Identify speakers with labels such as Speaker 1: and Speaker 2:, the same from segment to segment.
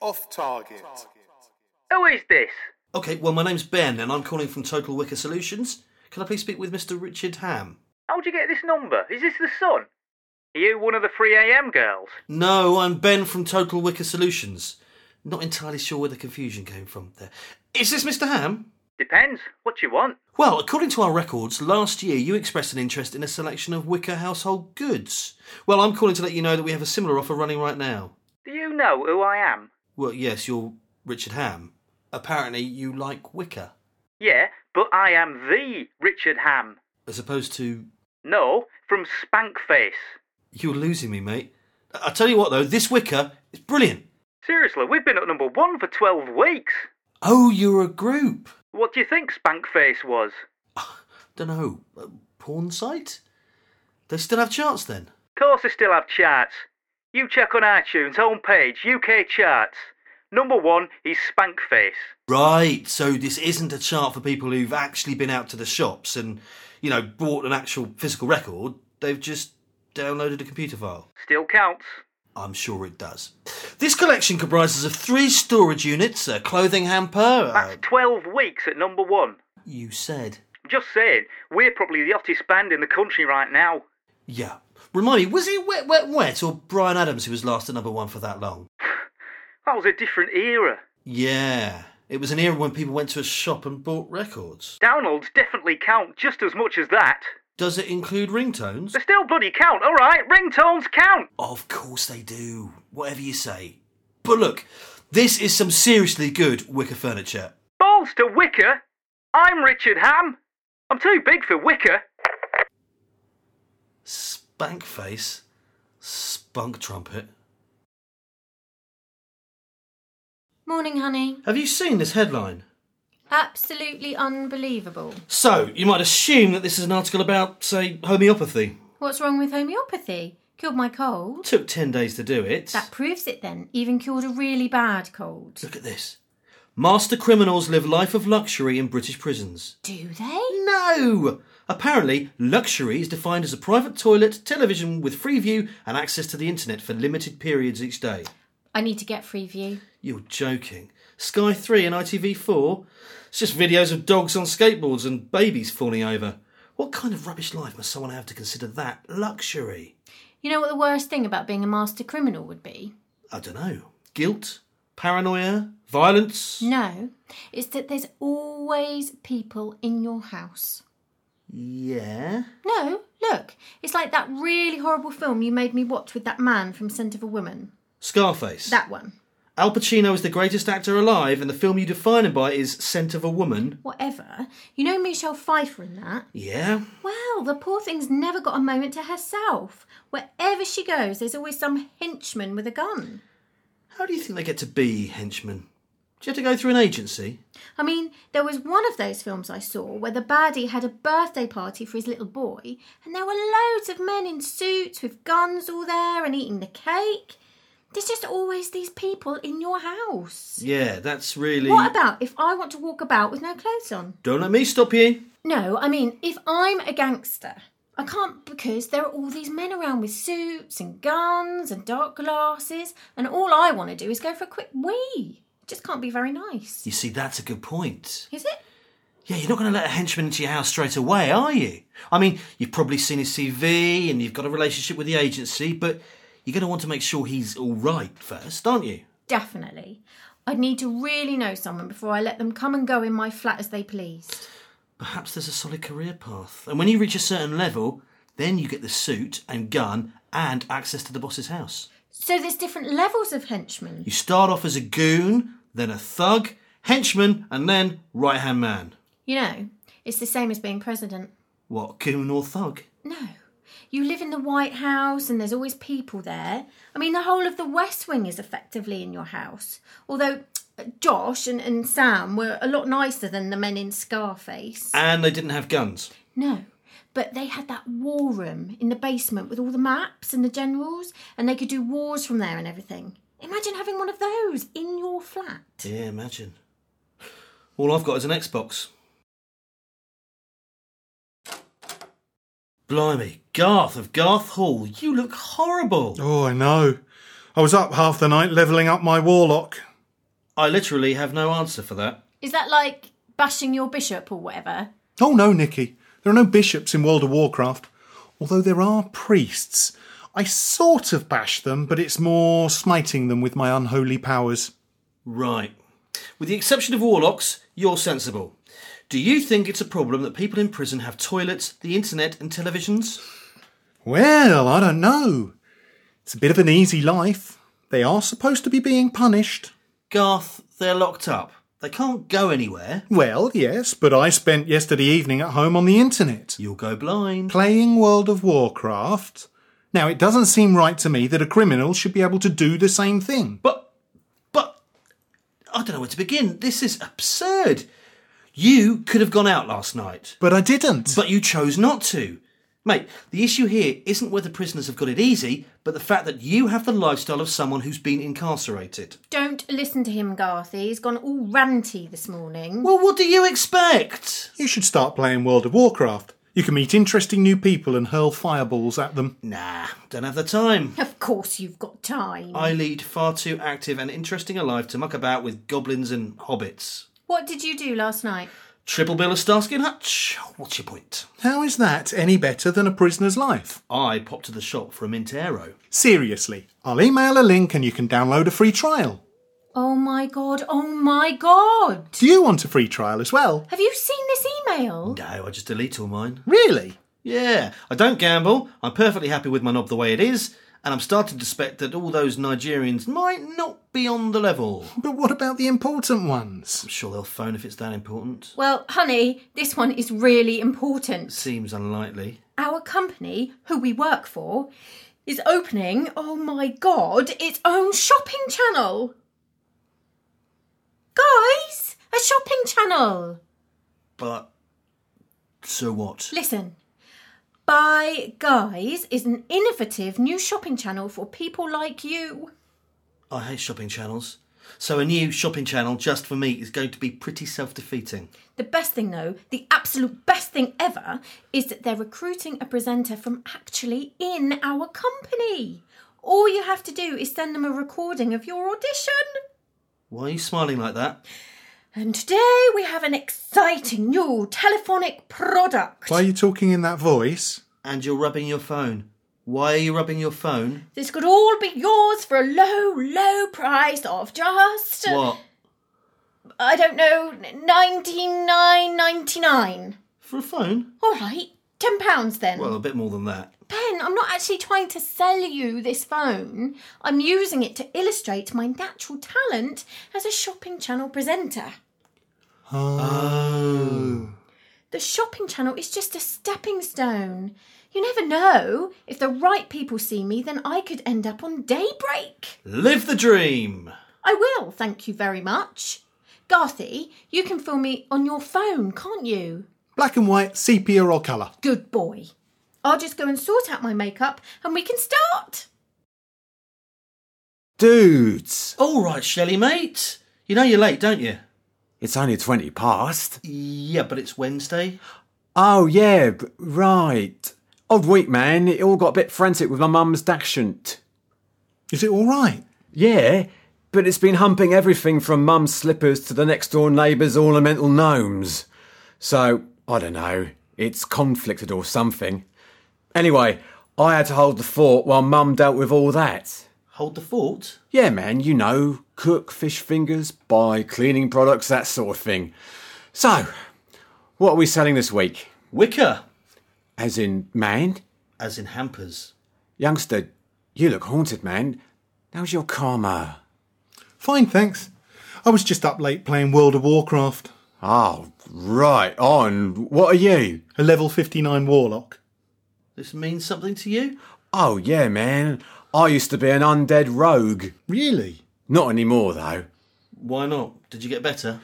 Speaker 1: Off target.
Speaker 2: Who is this?
Speaker 3: Okay, well, my name's Ben, and I'm calling from Total Wicker Solutions. Can I please speak with Mr. Richard Ham?
Speaker 2: How'd you get this number? Is this the son? Are you one of the 3am girls?
Speaker 3: No, I'm Ben from Total Wicker Solutions. Not entirely sure where the confusion came from there. Is this Mr. Ham?
Speaker 2: Depends. What you want?
Speaker 3: Well, according to our records, last year you expressed an interest in a selection of Wicker household goods. Well, I'm calling to let you know that we have a similar offer running right now.
Speaker 2: Do you know who I am?
Speaker 3: Well, yes, you're Richard Ham. Apparently, you like Wicker,
Speaker 2: Yeah, but I am the Richard Ham.
Speaker 3: as opposed to
Speaker 2: No, from Spankface.
Speaker 3: you're losing me, mate. I I tell you what, though, this Wicker is brilliant.
Speaker 2: Seriously, we've been at number one for 12 weeks.
Speaker 3: Oh, you're a group.
Speaker 2: What do you think Spankface was?
Speaker 3: Don't know, a uh, porn site. They still have charts then.
Speaker 2: course they still have charts. You check on iTunes homepage, UK charts. Number one is Spankface.
Speaker 3: Right, so this isn't a chart for people who've actually been out to the shops and, you know, bought an actual physical record. They've just downloaded a computer file.
Speaker 2: Still counts.
Speaker 3: I'm sure it does. This collection comprises of three storage units, a clothing hamper. Uh,
Speaker 2: That's 12 weeks at number one.
Speaker 3: you said.
Speaker 2: Just saying, we're probably the hottest band in the country right now.
Speaker 3: Yeah. Remind me, was it Wet Wet Wet or Brian Adams who was last at number one for that long?
Speaker 2: That was a different era.
Speaker 3: Yeah. It was an era when people went to a shop and bought records.
Speaker 2: Downloads definitely count just as much as that.
Speaker 3: Does it include ringtones?
Speaker 2: They still bloody count, alright? Ringtones count!
Speaker 3: Of course they do. Whatever you say. But look, this is some seriously good wicker furniture.
Speaker 2: Balls to Wicker! I'm Richard Ham! I'm too big for Wicker!
Speaker 3: Spank face, spunk trumpet.
Speaker 4: Morning, honey.
Speaker 3: Have you seen this headline?
Speaker 4: Absolutely unbelievable.
Speaker 3: So, you might assume that this is an article about, say, homeopathy.
Speaker 4: What's wrong with homeopathy? Cured my cold.
Speaker 3: Took 10 days to do it.
Speaker 4: That proves it then. Even cured a really bad cold.
Speaker 3: Look at this. Master criminals live life of luxury in British prisons.
Speaker 4: Do they?
Speaker 3: No! Apparently, luxury is defined as a private toilet, television with free view, and access to the internet for limited periods each day.
Speaker 4: I need to get Freeview.
Speaker 3: You're joking. Sky 3 and ITV4? It's just videos of dogs on skateboards and babies falling over. What kind of rubbish life must someone have to consider that luxury?
Speaker 4: You know what the worst thing about being a master criminal would be?
Speaker 3: I don't know. Guilt? Paranoia? Violence?
Speaker 4: No, it's that there's always people in your house.
Speaker 3: Yeah.
Speaker 4: No, look, it's like that really horrible film you made me watch with that man from Scent of a Woman.
Speaker 3: Scarface.
Speaker 4: That one.
Speaker 3: Al Pacino is the greatest actor alive, and the film you define him by is Scent of a Woman.
Speaker 4: Whatever. You know Michelle Pfeiffer in that?
Speaker 3: Yeah.
Speaker 4: Well, the poor thing's never got a moment to herself. Wherever she goes, there's always some henchman with a gun.
Speaker 3: How do you think they get to be henchmen? Do you have to go through an agency?
Speaker 4: I mean, there was one of those films I saw where the baddie had a birthday party for his little boy, and there were loads of men in suits with guns all there and eating the cake. There's just always these people in your house.
Speaker 3: Yeah, that's really.
Speaker 4: What about if I want to walk about with no clothes on?
Speaker 3: Don't let me stop you.
Speaker 4: No, I mean, if I'm a gangster, I can't because there are all these men around with suits and guns and dark glasses, and all I want to do is go for a quick wee. It just can't be very nice.
Speaker 3: You see, that's a good point.
Speaker 4: Is it?
Speaker 3: Yeah, you're not going to let a henchman into your house straight away, are you? I mean, you've probably seen his CV and you've got a relationship with the agency, but you're going to want to make sure he's all right first, aren't you?
Speaker 4: Definitely. I'd need to really know someone before I let them come and go in my flat as they pleased.
Speaker 3: Perhaps there's a solid career path. And when you reach a certain level, then you get the suit and gun and access to the boss's house.
Speaker 4: So there's different levels of henchmen.
Speaker 3: You start off as a goon, then a thug, henchman, and then right hand man.
Speaker 4: You know, it's the same as being president.
Speaker 3: What, goon or thug?
Speaker 4: No. You live in the White House and there's always people there. I mean, the whole of the West Wing is effectively in your house. Although uh, Josh and, and Sam were a lot nicer than the men in Scarface.
Speaker 3: And they didn't have guns.
Speaker 4: No, but they had that war room in the basement with all the maps and the generals, and they could do wars from there and everything. Imagine having one of those in your flat.
Speaker 3: Yeah, imagine. All I've got is an Xbox. Blimey, Garth of Garth Hall, you look horrible.
Speaker 1: Oh, I know. I was up half the night levelling up my warlock.
Speaker 3: I literally have no answer for that.
Speaker 4: Is that like bashing your bishop or whatever?
Speaker 1: Oh no, Nicky. There are no bishops in World of Warcraft, although there are priests. I sort of bash them, but it's more smiting them with my unholy powers.
Speaker 3: Right. With the exception of warlocks, you're sensible. Do you think it's a problem that people in prison have toilets, the internet, and televisions?
Speaker 1: Well, I don't know. It's a bit of an easy life. They are supposed to be being punished.
Speaker 3: Garth, they're locked up. They can't go anywhere.
Speaker 1: Well, yes, but I spent yesterday evening at home on the internet
Speaker 3: You'll go blind.
Speaker 1: playing World of Warcraft. Now, it doesn't seem right to me that a criminal should be able to do the same thing.
Speaker 3: But, but, I don't know where to begin. This is absurd. You could have gone out last night,
Speaker 1: But I didn't.
Speaker 3: but you chose not to. Mate, the issue here isn't whether prisoners have got it easy, but the fact that you have the lifestyle of someone who's been incarcerated.
Speaker 4: Don't listen to him, Garthy. He's gone all ranty this morning.
Speaker 3: Well, what do you expect?
Speaker 1: you should start playing World of Warcraft. You can meet interesting new people and hurl fireballs at them.
Speaker 3: Nah, don't have the time.
Speaker 4: Of course, you've got time.
Speaker 3: I lead far too active and interesting a life to muck about with goblins and hobbits.
Speaker 4: What did you do last night?
Speaker 3: Triple bill of Starsky and Hutch. What's your point?
Speaker 1: How is that any better than a prisoner's life?
Speaker 3: I popped to the shop for a mint arrow.
Speaker 1: Seriously, I'll email a link and you can download a free trial.
Speaker 4: Oh my god, oh my god!
Speaker 1: Do you want a free trial as well?
Speaker 4: Have you seen this email?
Speaker 3: No, I just delete all mine.
Speaker 1: Really?
Speaker 3: Yeah, I don't gamble. I'm perfectly happy with my knob the way it is, and I'm starting to suspect that all those Nigerians might not be on the level. I'm
Speaker 1: But what about the important ones?
Speaker 3: sure they'll phone if it's that important.
Speaker 4: Well, honey, this one is really important.
Speaker 3: Seems unlikely.
Speaker 4: Our company, who we work for, is opening, oh my god, its own shopping channel! Guys, a shopping channel!
Speaker 3: But so what?
Speaker 4: Listen. Buy Guys is an innovative new shopping channel for people like you.
Speaker 3: I hate shopping channels. So a new shopping channel just for me is going to be pretty self-defeating.
Speaker 4: The best thing, though, the absolute best thing ever, is that they're recruiting a presenter from actually in our company. All you have to do is send them a recording of your audition.
Speaker 3: Why are you smiling like that?
Speaker 4: And today we have an exciting new telephonic product.
Speaker 1: Why are you talking in that voice?
Speaker 3: And you're rubbing your phone. Why are you rubbing your phone?
Speaker 4: This could all be yours for a low, low price of just uh,
Speaker 3: What?
Speaker 4: I don't know, ninety nine ninety nine.
Speaker 3: For a phone?
Speaker 4: All right, ten pounds then.
Speaker 3: Well, a bit more than that.
Speaker 4: Ben, I'm not actually trying to sell you this phone. I'm using it to illustrate my natural talent as a shopping channel presenter.
Speaker 3: Oh.
Speaker 4: The shopping channel is just a stepping stone. You never know. If the right people see me, then I could end up on daybreak.
Speaker 3: Live the dream!
Speaker 4: I will, thank you very much. Garthy, you can film me on your phone, can't you?
Speaker 1: Black and white, sepia or colour?
Speaker 4: Good boy. I'll just go and sort out my makeup and we can start.
Speaker 5: Dudes,
Speaker 3: All right, Shelley, mate. You know you're late, don't you?
Speaker 5: it's only 20 past.
Speaker 3: Yeah, but it's Wednesday.
Speaker 5: Oh, yeah, b- right. Odd week, man. It all got a bit frantic with my mum's dachshund.
Speaker 1: Is it all right?
Speaker 5: Yeah, but it's been humping everything from mum's slippers to the next door neighbour's ornamental gnomes. So, I don't know. It's conflicted or something. Anyway, I had to hold the fort while mum dealt with all that.
Speaker 3: Hold the fort.
Speaker 5: Yeah, man, you know, cook fish fingers, buy cleaning products, that sort of thing. So, what are we selling this week?
Speaker 3: Wicker,
Speaker 5: As in, man,
Speaker 3: as in hampers.
Speaker 5: youngster, you look haunted, man. How's your karma?
Speaker 1: Fine, thanks. I was just up late playing World of Warcraft,
Speaker 5: Oh, right on. What are you?
Speaker 1: a level 59 warlock.
Speaker 3: This means something to you?
Speaker 5: Oh, yeah, man. I used to be an undead rogue.
Speaker 1: Really?
Speaker 5: Not anymore, though.
Speaker 3: Why not? Did you get better?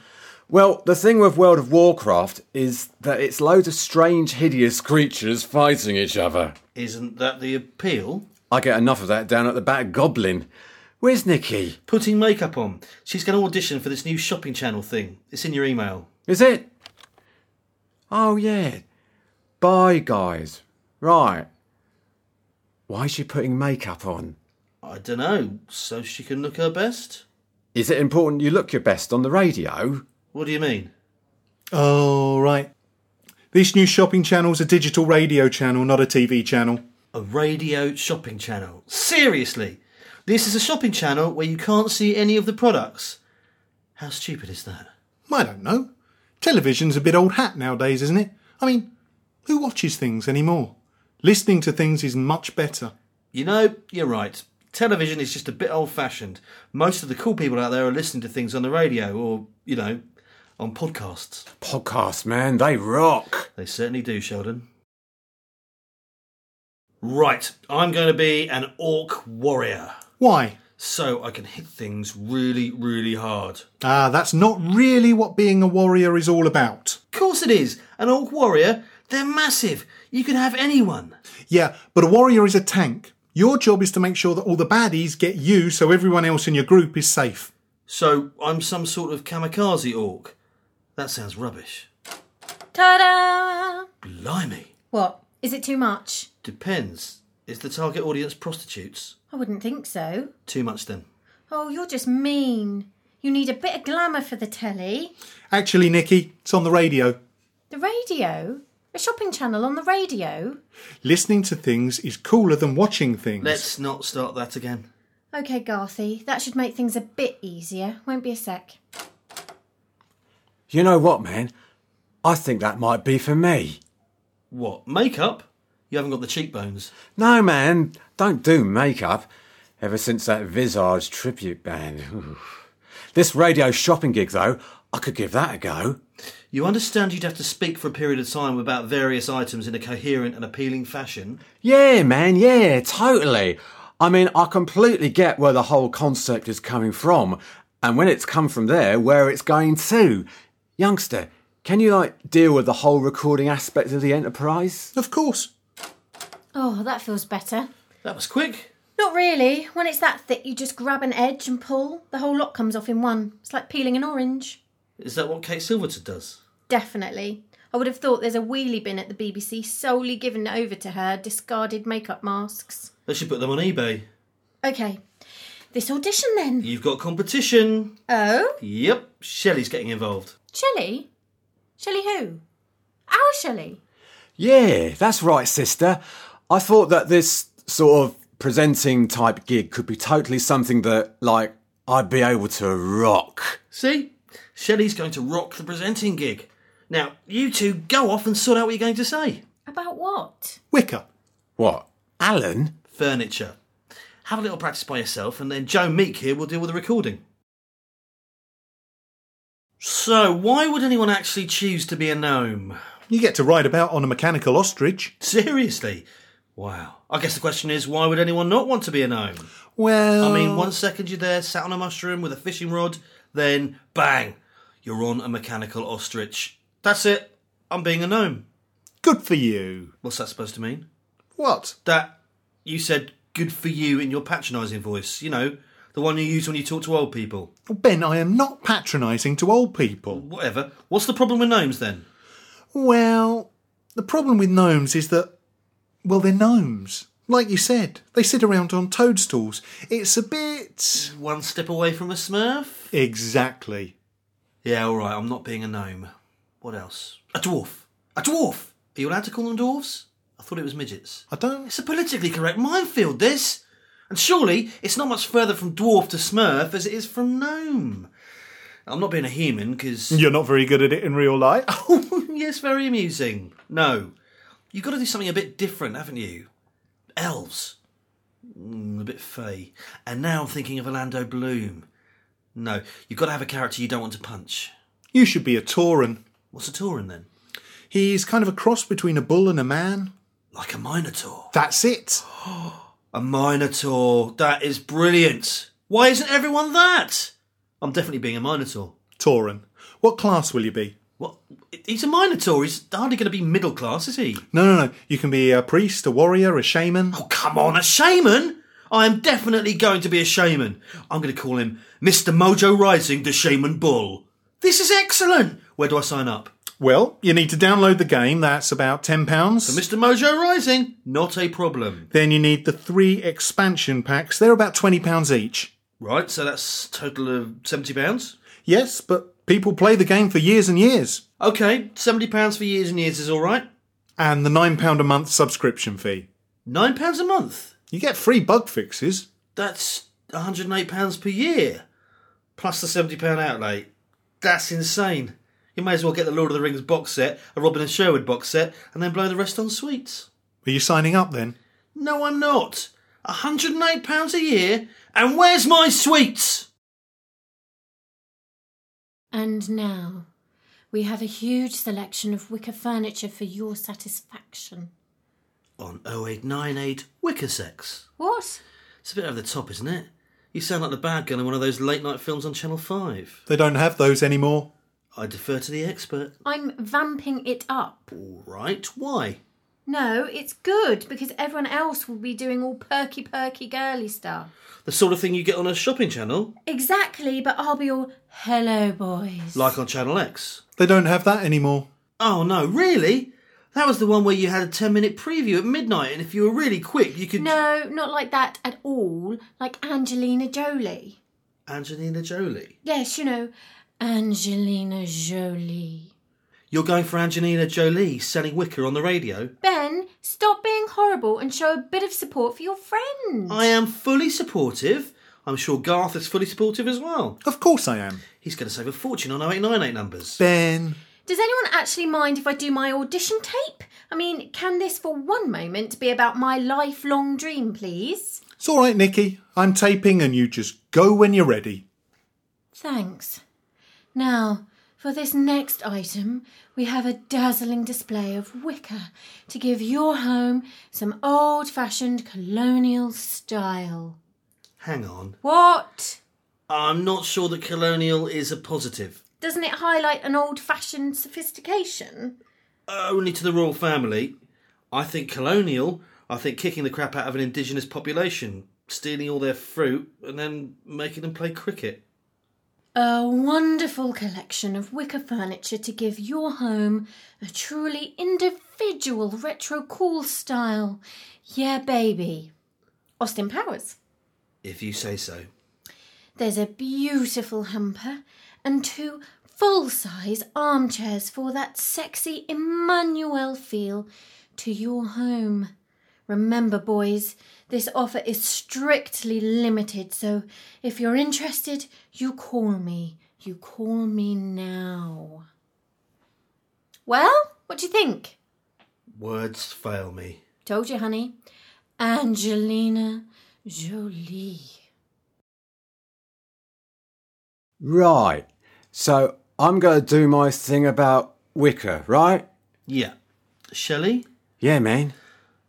Speaker 5: Well, the thing with World of Warcraft is that it's loads of strange, hideous creatures fighting each other.
Speaker 3: Isn't that the appeal?
Speaker 5: I get enough of that down at the Bat Goblin. Where's Nikki?
Speaker 3: Putting makeup on. She's going to audition for this new shopping channel thing. It's in your email.
Speaker 5: Is it? Oh, yeah. Bye, guys. Right. Why is she putting makeup on?
Speaker 3: I don't know, so she can look her best?
Speaker 5: Is it important you look your best on the radio?
Speaker 3: What do you mean?
Speaker 1: Oh, right. This new shopping channel's a digital radio channel, not a TV channel.
Speaker 3: A radio shopping channel. Seriously! This is a shopping channel where you can't see any of the products. How stupid is that?
Speaker 1: I don't know. Television's a bit old hat nowadays, isn't it? I mean, who watches things anymore? Listening to things is much better.
Speaker 3: You know, you're right. Television is just a bit old fashioned. Most of the cool people out there are listening to things on the radio or, you know, on podcasts.
Speaker 5: Podcasts, man, they rock.
Speaker 3: They certainly do, Sheldon. Right, I'm going to be an orc warrior.
Speaker 1: Why?
Speaker 3: So I can hit things really, really hard.
Speaker 1: Ah, that's not really what being a warrior is all about.
Speaker 3: Of course it is. An orc warrior, they're massive. You can have anyone.
Speaker 1: Yeah, but a warrior is a tank. Your job is to make sure that all the baddies get you so everyone else in your group is safe.
Speaker 3: So I'm some sort of kamikaze orc. That sounds rubbish.
Speaker 4: Ta da!
Speaker 3: Blimey.
Speaker 4: What? Is it too much?
Speaker 3: Depends. Is the target audience prostitutes?
Speaker 4: I wouldn't think so.
Speaker 3: Too much then.
Speaker 4: Oh, you're just mean. You need a bit of glamour for the telly.
Speaker 1: Actually, Nicky, it's on the radio.
Speaker 4: The radio? A shopping channel on the radio?
Speaker 1: Listening to things is cooler than watching things.
Speaker 3: Let's not start that again.
Speaker 4: Okay, Garthy, that should make things a bit easier. Won't be a sec.
Speaker 5: You know what, man? I think that might be for me.
Speaker 3: What? Makeup? You haven't got the cheekbones.
Speaker 5: No, man, don't do makeup. Ever since that Visage tribute band. this radio shopping gig, though, I could give that a go.
Speaker 3: You understand you'd have to speak for a period of time about various items in a coherent and appealing fashion.
Speaker 5: Yeah, man, yeah, totally. I mean, I completely get where the whole concept is coming from, and when it's come from there, where it's going to. Youngster, can you, like, deal with the whole recording aspect of the enterprise?
Speaker 1: Of course.
Speaker 4: Oh, that feels better.
Speaker 3: That was quick.
Speaker 4: Not really. When it's that thick, you just grab an edge and pull. The whole lot comes off in one. It's like peeling an orange.
Speaker 3: Is that what Kate Silverton does?
Speaker 4: Definitely. I would have thought there's a wheelie bin at the BBC solely given over to her discarded makeup masks.
Speaker 3: They should put them on eBay.
Speaker 4: Okay, this audition then.
Speaker 3: You've got competition.
Speaker 4: Oh,
Speaker 3: Yep, Shelley's getting involved.
Speaker 4: Shelley? Shelley who? Our Shelley?
Speaker 5: Yeah, that's right, sister. I thought that this sort of presenting type gig could be totally something that, like, I'd be able to rock.
Speaker 3: See? Shelley's going to rock the presenting gig. Now, you two go off and sort out what you're going to say.
Speaker 4: About what?
Speaker 1: Wicker.
Speaker 5: What? Alan?
Speaker 3: Furniture. Have a little practice by yourself, and then Joe Meek here will deal with the recording. So, why would anyone actually choose to be a gnome?
Speaker 1: You get to ride about on a mechanical ostrich.
Speaker 3: Seriously? Wow. I guess the question is, why would anyone not want to be a gnome?
Speaker 1: Well,
Speaker 3: I mean, one second you're there, sat on a mushroom with a fishing rod, then bang, you're on a mechanical ostrich. That's it. I'm being a gnome.
Speaker 1: good for you.
Speaker 3: What's that supposed to mean?
Speaker 1: What?
Speaker 3: That you said good for you in your patronising voice, you know, the one you use when you talk to old people.
Speaker 1: Ben, I am not patronising to old people.
Speaker 3: Whatever. What's the problem with gnomes then?
Speaker 1: Well, the problem with gnomes is that, well, they're gnomes. Like you said, they sit around on toadstools. It's a bit.
Speaker 3: One step away from a smurf?
Speaker 1: Exactly.
Speaker 3: Yeah, alright, I'm not being a gnome. What else? A dwarf. A dwarf! Are you allowed to call them dwarves? I thought it was midgets.
Speaker 1: I don't.
Speaker 3: It's a politically correct minefield, this. And surely it's not much further from dwarf to smurf as it is from gnome. I'm not being a human, because.
Speaker 1: You're not very good at it in real life.
Speaker 3: yes, very amusing. No. You've got to do something a bit different, haven't you? Elves. Mm, a bit fey. And now I'm thinking of Orlando Bloom. No, you've got to have a character you don't want to punch.
Speaker 1: you should be a Tauran.
Speaker 3: What's a Tauran then?
Speaker 1: He's kind of a cross between a bull and a man.
Speaker 3: Like a Minotaur.
Speaker 1: That's it.
Speaker 3: A Minotaur. That is brilliant. Why isn't everyone that? I'm definitely being a Minotaur.
Speaker 1: Tauran. What class will you be?
Speaker 3: What? He's a Minotaur. He's hardly going to be middle class, is he?
Speaker 1: No, no, no. You can be a priest, a warrior, a shaman.
Speaker 3: Oh, come on, a shaman? I am definitely going to be a shaman. I'm going to call him Mr. Mojo Rising, the Shaman Bull. This is excellent. Where do I sign up?
Speaker 1: Well, you need to download the game. That's about £10.
Speaker 3: Mr. Mojo Rising, not a problem.
Speaker 1: Then you need the three expansion packs. They're about £20 each.
Speaker 3: Right, so that's total of seventy pounds.
Speaker 1: Yes, but people play the game for years and years.
Speaker 3: Okay, seventy pounds for years and years is all right.
Speaker 1: And the £9 a month subscription fee.
Speaker 3: Nine pounds a month.
Speaker 1: You get free bug fixes.
Speaker 3: That's one hundred and eight pounds per year, plus the seventy pound outlay. That's insane. You may as well get the Lord of the Rings box set, a Robin and Sherwood box set, and then blow the rest on sweets.
Speaker 1: Are you signing up then?
Speaker 3: No, I'm not. hundred and eight pounds a year, and where's my sweets?
Speaker 4: And now we have a huge selection of wicker furniture for your satisfaction.
Speaker 3: On 0898 Wickersex.
Speaker 4: What?
Speaker 3: It's a bit over the top, isn't it? You sound like the bad guy in one of those late night films on Channel 5.
Speaker 1: They don't have those anymore.
Speaker 3: I defer to the expert.
Speaker 4: I'm vamping it up.
Speaker 3: All right, why?
Speaker 4: No, it's good because everyone else will be doing all perky, perky, girly stuff.
Speaker 3: The sort of thing you get on a shopping channel,
Speaker 4: Exactly, but I'll be all, hello, boys.
Speaker 3: like on Channel X.
Speaker 1: They don't have that anymore.
Speaker 3: Oh no, really? That was the one where you had a 10 minute preview at midnight, and if you were really quick, you could.
Speaker 4: No, not like that at all. Like Angelina Jolie.
Speaker 3: Angelina Jolie.
Speaker 4: Yes, you know, Angelina Jolie.
Speaker 3: You're going for Angelina Jolie selling Wicker on the radio?
Speaker 4: Ben, stop being horrible and show a bit of support for your friend.
Speaker 3: I am fully supportive. I'm sure Garth is fully supportive as well.
Speaker 1: Of course I am.
Speaker 3: He's going to save a fortune on 0898 numbers.
Speaker 1: Ben.
Speaker 4: Does anyone actually mind if I do my audition tape? I mean, can this for one moment be about my lifelong dream, please?
Speaker 1: It's all right, Nicky. I'm taping and you just go when you're ready.
Speaker 4: Thanks. Now, for this next item, we have a dazzling display of wicker to give your home some old fashioned colonial style.
Speaker 3: Hang on.
Speaker 4: What?
Speaker 3: I'm not sure that colonial is a positive.
Speaker 4: Doesn't it highlight an old fashioned sophistication?
Speaker 3: Only to the royal family. I think colonial, I think kicking the crap out of an indigenous population, stealing all their fruit, and then making them play cricket.
Speaker 4: A wonderful collection of wicker furniture to give your home a truly individual retro cool style. Yeah, baby. Austin Powers.
Speaker 3: If you say so.
Speaker 4: There's a beautiful hamper and two full size armchairs for that sexy Emmanuel feel to your home. Remember, boys, this offer is strictly limited, so if you're interested, you call me. You call me now. Well, what do you think?
Speaker 3: Words fail me.
Speaker 4: Told you, honey. Angelina Jolie.
Speaker 5: Right. So I'm going to do my thing about Wicker, right?
Speaker 3: Yeah. Shelley?
Speaker 5: Yeah, man.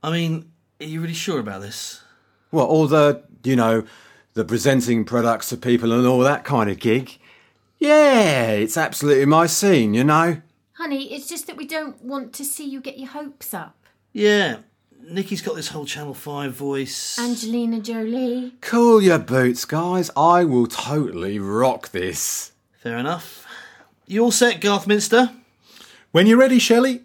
Speaker 3: I mean, are you really sure about this?
Speaker 5: Well, all the, you know, the presenting products to people and all that kind of gig. Yeah, it's absolutely my scene, you know?
Speaker 4: Honey, it's just that we don't want to see you get your hopes up.
Speaker 3: Yeah. Nikki's got this whole Channel 5 voice.
Speaker 4: Angelina Jolie.
Speaker 5: Cool your boots, guys. I will totally rock this.
Speaker 3: Fair enough. You all set, Garth Minster?
Speaker 1: When you're ready, Shelley.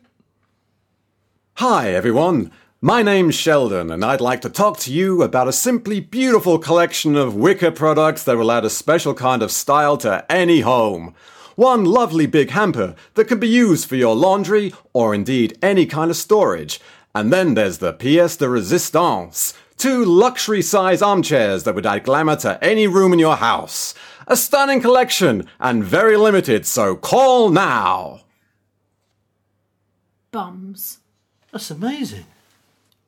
Speaker 5: Hi, everyone. My name's Sheldon, and I'd like to talk to you about a simply beautiful collection of wicker products that will add a special kind of style to any home. One lovely big hamper that can be used for your laundry or indeed any kind of storage. And then there's the pièce de résistance. Two luxury size armchairs that would add glamour to any room in your house. A stunning collection and very limited, so call now.
Speaker 4: Bums.
Speaker 3: That's amazing.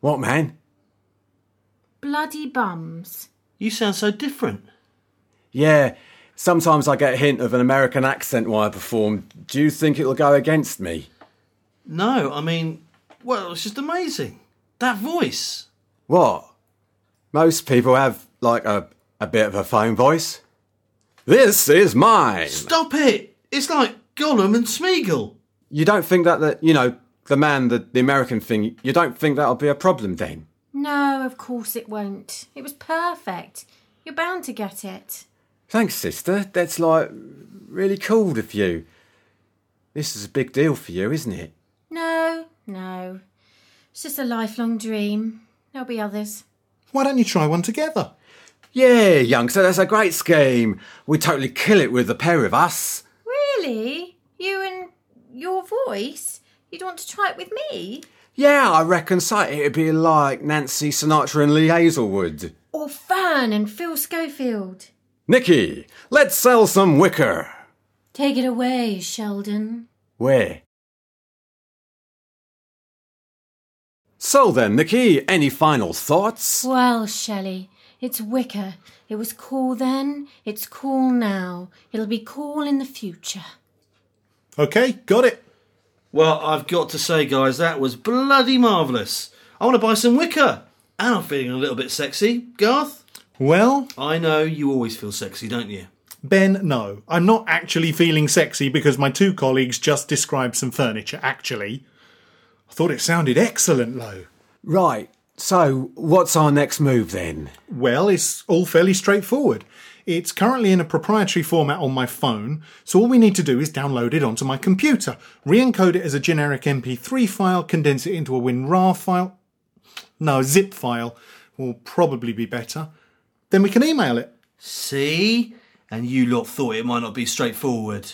Speaker 5: What, man?
Speaker 4: Bloody bums.
Speaker 3: You sound so different.
Speaker 5: Yeah, sometimes I get a hint of an American accent while I perform. Do you think it'll go against me?
Speaker 3: No, I mean, well, it's just amazing. That voice.
Speaker 5: What? Most people have, like, a, a bit of a phone voice. This is mine!
Speaker 3: Stop it! It's like Gollum and Smeagol.
Speaker 5: You don't think that, the, you know, the man, the, the American thing, you don't think that'll be a problem then?
Speaker 4: No, of course it won't. It was perfect. You're bound to get it.
Speaker 5: Thanks, sister. That's, like, really cool of you. This is a big deal for you, isn't it?
Speaker 4: No, no. It's just a lifelong dream. There'll be others.
Speaker 1: Why don't you try one together?
Speaker 5: Yeah, youngster, that's a great scheme. We totally kill it with the pair of us.
Speaker 4: Really? You and your voice? You'd want to try it with me?
Speaker 5: Yeah, I reckon so. It'd be like Nancy Sinatra and Lee Hazelwood.
Speaker 4: Or Fern and Phil Schofield?
Speaker 5: Nicky, let's sell some wicker.
Speaker 4: Take it away, Sheldon.
Speaker 5: Where? So then, Nicky, any final thoughts?
Speaker 4: Well, Shelley, it's wicker. It was cool then, it's cool now. It'll be cool in the future.
Speaker 1: Okay, got it.
Speaker 3: Well, I've got to say, guys, that was bloody marvellous. I want to buy some wicker. And I'm feeling a little bit sexy. Garth,
Speaker 1: Well,
Speaker 3: I know you always feel sexy, don't you?
Speaker 1: Ben, no. I'm not actually feeling sexy because my two colleagues just described some furniture, actually. I thought it sounded excellent, though.
Speaker 5: Right, so what's our next move then?
Speaker 1: Well, it's all fairly straightforward. It's currently in a proprietary format on my phone, so all we need to do is download it onto my computer, re encode it as a generic MP3 file, condense it into a WinRAR file. No, zip file will probably be better. Then we can email it.
Speaker 3: See? And you lot thought it might not be straightforward.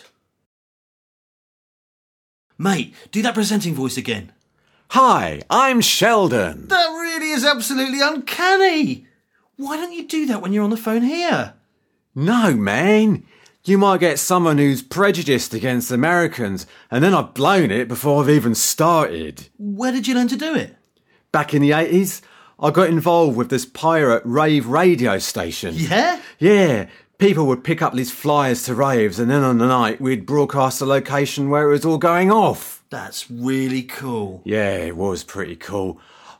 Speaker 3: Mate, do that presenting voice again.
Speaker 5: Hi, I'm Sheldon.
Speaker 3: That really is absolutely uncanny. Why don't you do that when you're on the phone here?
Speaker 5: No, man. You might get someone who's prejudiced against Americans, and then I've blown it before I've even started.
Speaker 3: Where did you learn to do it?
Speaker 5: Back in the 80s, I got involved with this pirate rave radio station.
Speaker 3: Yeah?
Speaker 5: Yeah, people would pick up these flyers to raves, and then on the night we'd broadcast the location where it was all going off.
Speaker 3: That's really cool.
Speaker 5: Yeah, it was pretty cool.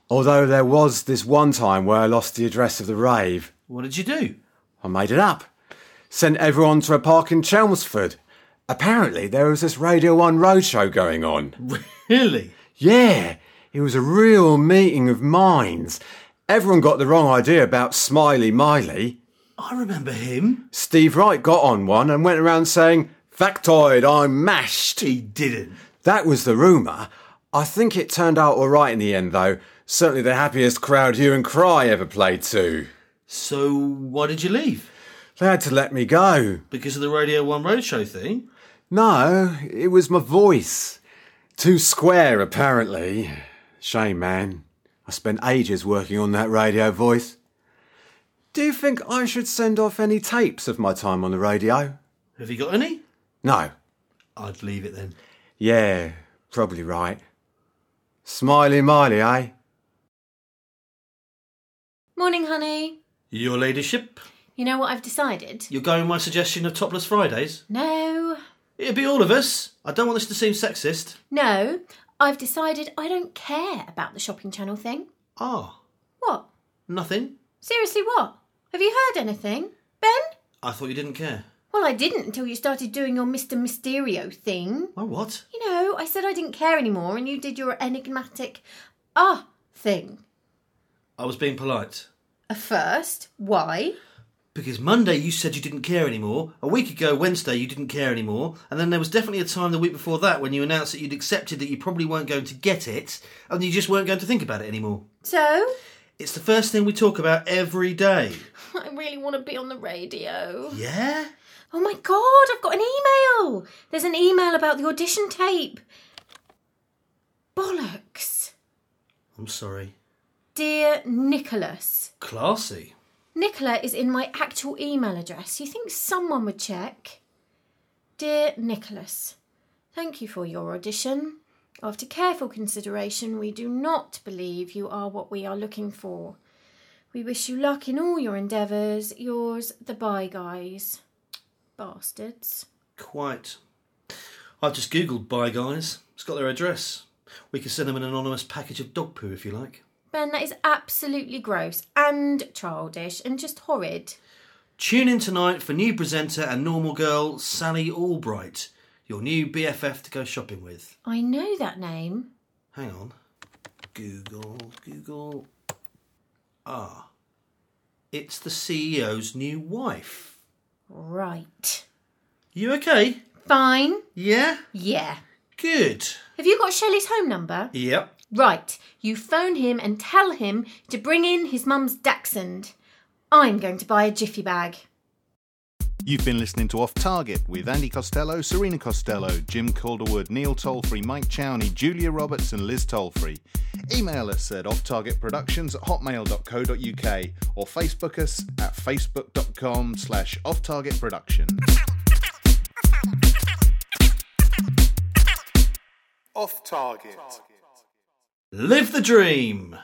Speaker 5: Although there was this one time where I lost the address of the rave.
Speaker 3: What did you do?
Speaker 5: I made it up. Sent everyone to a park in Chelmsford. Apparently, there was this Radio 1 roadshow going on.
Speaker 3: Really?
Speaker 5: Yeah, it was a real meeting of minds. Everyone got the wrong idea about Smiley Miley.
Speaker 3: I remember him.
Speaker 5: Steve Wright got on one and went around saying, Factoid, I'm mashed.
Speaker 3: He didn't.
Speaker 5: That was the rumour. I think it turned out alright in the end, though. Certainly the happiest crowd you and Cry ever played to.
Speaker 3: So why did you leave?
Speaker 5: They had to let me go.
Speaker 3: Because of the Radio 1 Roadshow thing?
Speaker 5: No, it was my voice. Too square, apparently. Shame, man. I spent ages working on that radio voice. Do you think I should send off any tapes of my time on the radio?
Speaker 3: Have you got any?
Speaker 5: No.
Speaker 3: I'd leave it then.
Speaker 5: Yeah, probably right. Smiley Miley, eh?
Speaker 4: Morning, honey.
Speaker 3: Your ladyship,
Speaker 4: You know what I've decided?
Speaker 3: you're going with my suggestion of topless Fridays?
Speaker 4: No.
Speaker 3: It'd be all of us. I don't want this to seem sexist.
Speaker 4: No. I've decided I don't care about the shopping channel thing.
Speaker 3: Ah,
Speaker 4: What?
Speaker 3: nothing.
Speaker 4: Seriously, what? Have you heard anything? Ben?
Speaker 3: I thought you didn't care.
Speaker 4: Well, I didn't until you started doing your Mr. Mysterio thing.
Speaker 3: My Oh, what?
Speaker 4: You know, I said I didn't care anymore, and you did your enigmatic ah thing.
Speaker 3: I was being polite.
Speaker 4: A first, why?
Speaker 3: Because Monday you said you didn't care anymore, a week ago Wednesday you didn't care anymore, and then there was definitely a time the week before that when you announced that you'd accepted that you probably weren't going to get it, and you just weren't going to think about it anymore.
Speaker 4: So,
Speaker 3: It's the first thing we talk about every day.
Speaker 4: I really want to be on the radio.
Speaker 3: Yeah?
Speaker 4: Oh my god, I've got an email! There's an email about the audition tape. Bollocks.
Speaker 3: I'm sorry.
Speaker 4: Dear Nicholas.
Speaker 3: Classy.
Speaker 4: Nicola is in my actual email address. You think someone would check? Dear Nicholas, thank you for your audition. After careful consideration, we do not believe you are what we are looking for. We wish you luck in all your endeavours. Yours, the Bye Guys. Bastards.
Speaker 3: Quite. I've just googled Bye Guys. It's got their address. We can send them an anonymous package of dog poo if you like.
Speaker 4: Ben, that is absolutely gross and childish and just horrid.
Speaker 3: Tune in tonight for new presenter and normal girl Sally Albright, your new BFF to go shopping with.
Speaker 4: I know that name.
Speaker 3: Hang on. Google, Google. Ah. It's the CEO's new wife.
Speaker 4: Right.
Speaker 3: You okay?
Speaker 4: Fine.
Speaker 3: Yeah?
Speaker 4: Yeah.
Speaker 3: Good.
Speaker 4: Have you got Shelley's home number?
Speaker 3: Yep.
Speaker 4: Right, you phone him and tell him to bring in his mum's dachshund. I'm going to buy a jiffy bag.
Speaker 1: You've been listening to Off Target with Andy Costello, Serena Costello, Jim Calderwood, Neil Tolfrey, Mike Chowney, Julia Roberts, and Liz Tolfrey. Email us at offtargetproductions at hotmail.co.uk or Facebook us at facebook.com slash offtargetproductions. Off Target.
Speaker 3: Live the dream.